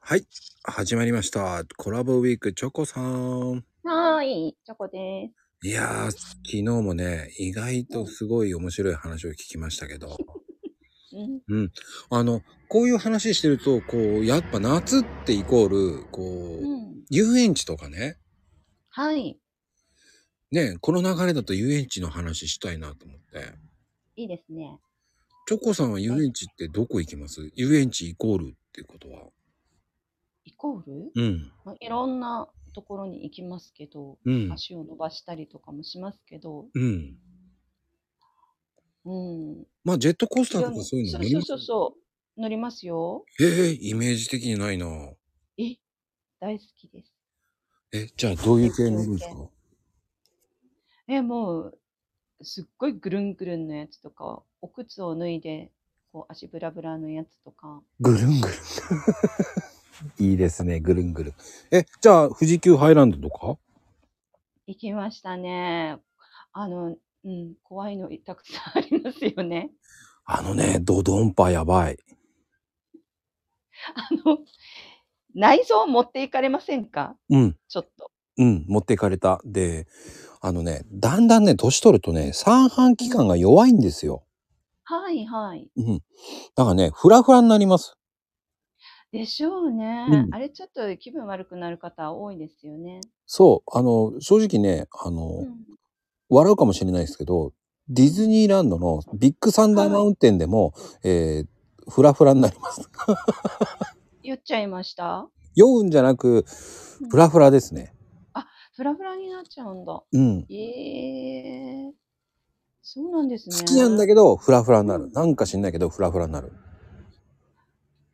はい、始まりました。コラボウィーク、チョコさん。はい、チョコです。いや、昨日もね、意外うとん。すごい面白い話を聞きましたけど。うん。うん。あの、こういう話してると、こう、やっぱ夏ってイコール、うこう、ん。遊園地とかね。はい。ね、この流れだと遊園地の話したいなと思って。いいですね。チョコさんは遊え園地ってどこ行きます遊園地イコールっていうことは。イコールうん。まあいろんなところに行きますけど、うん。足を伸ばしたりとかもしますけど、うん。うん。まあ、ジェットコースタいーとろんかな、そういうのそう乗りそまうすそうそう、乗りますよ。ええイメージ的にないなぁ。え、大好きです。え、じゃあどういう絶系乗叫るんです系。かえ、もう、すっごいぐるんぐるんのやつとか、お靴を脱いで、こう足ブラブラのやつとか、ぐるんぐるん。 いいですね、ぐるんぐるん。え、じゃあ富士急ハイランドとか行きましたね。あの、うん、怖いのいたくさんありますよね。あのね、ドドンパやばい。 あの、内臓を持っていかれませんかうん、ちょっと。うん、持ってかれた。で、あのね、だんだんね、年取るとね、三半う規ん。管が弱いんですよ。はいはい。うん。だからね、フラフラになります。でしょううね。ん。あれちょっと気分悪くなる方多いですよね。そう、あの、正直ね、あうの、ん。笑うかもしれないですけど、ディズニーランドのビッグサンダーはマい。ウンテンでも、えー、フラフラになります。言っちゃいました酔うんじゃなく、うフラん。フラですね。あ、フラフラになっちゃうんだ。うん。ええそうなんです好きなんだね。けど、フラフラになうる。ん。なんか知んないけど、フラフラになる。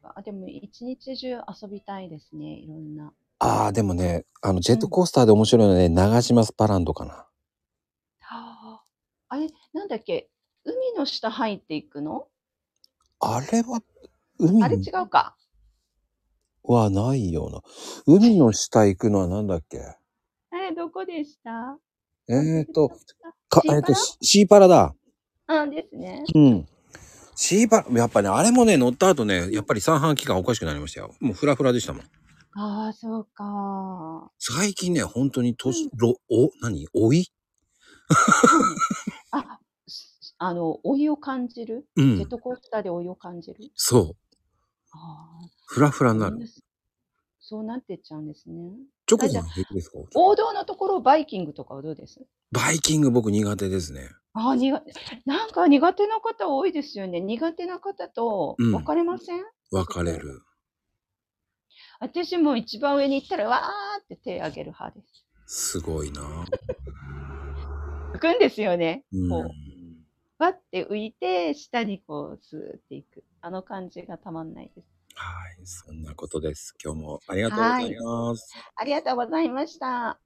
あ、でも一日中遊びたいですね。いろんな。ああ、でもね、あの、ジェうットん。コースターで面白いのはね、長島スパランドかな。はあ。あれ、なんだっけ海の下入っていくのあれは、あ海れ違うか。はないような。海の下行くのはなんだっけあれ、どこでした忘えれーちと、ゃっか、た。シーえっパと、ラシシーパラだ。あ、ですね。うん。シーパラ、やっぱね、あれもね、乗った後ね、やっぱり三半期間おかしくなりましたよ。もうフラフラでしたもん。ああ、そうか。最近ね、本当にう年、ん。ろ、お、何老いはい。あ、すあの、老いを感じる。うジェッん。トコースターで老いを感じる。そう。ああ、フラフラにみなんる。なそそうなってっちゃうんですね。チョコあ、じさゃあ、ん平気ですか王道のところ、バイキングとかはどうですバイキング僕苦手ですね。あ あ、苦手。なんか苦手な方多いですよね。苦手な方とう分ん。かれません分そかれこ。る。私も一番上に行ったら、わーって手挙げる派です。すごいな。浮くんですよね。うこう。ん。わって浮いて、下にこう、スーっていく。あの感じがたまんないです。はい。そんなことです。今日もありがとうごはざいい。ます。ありがとうございました。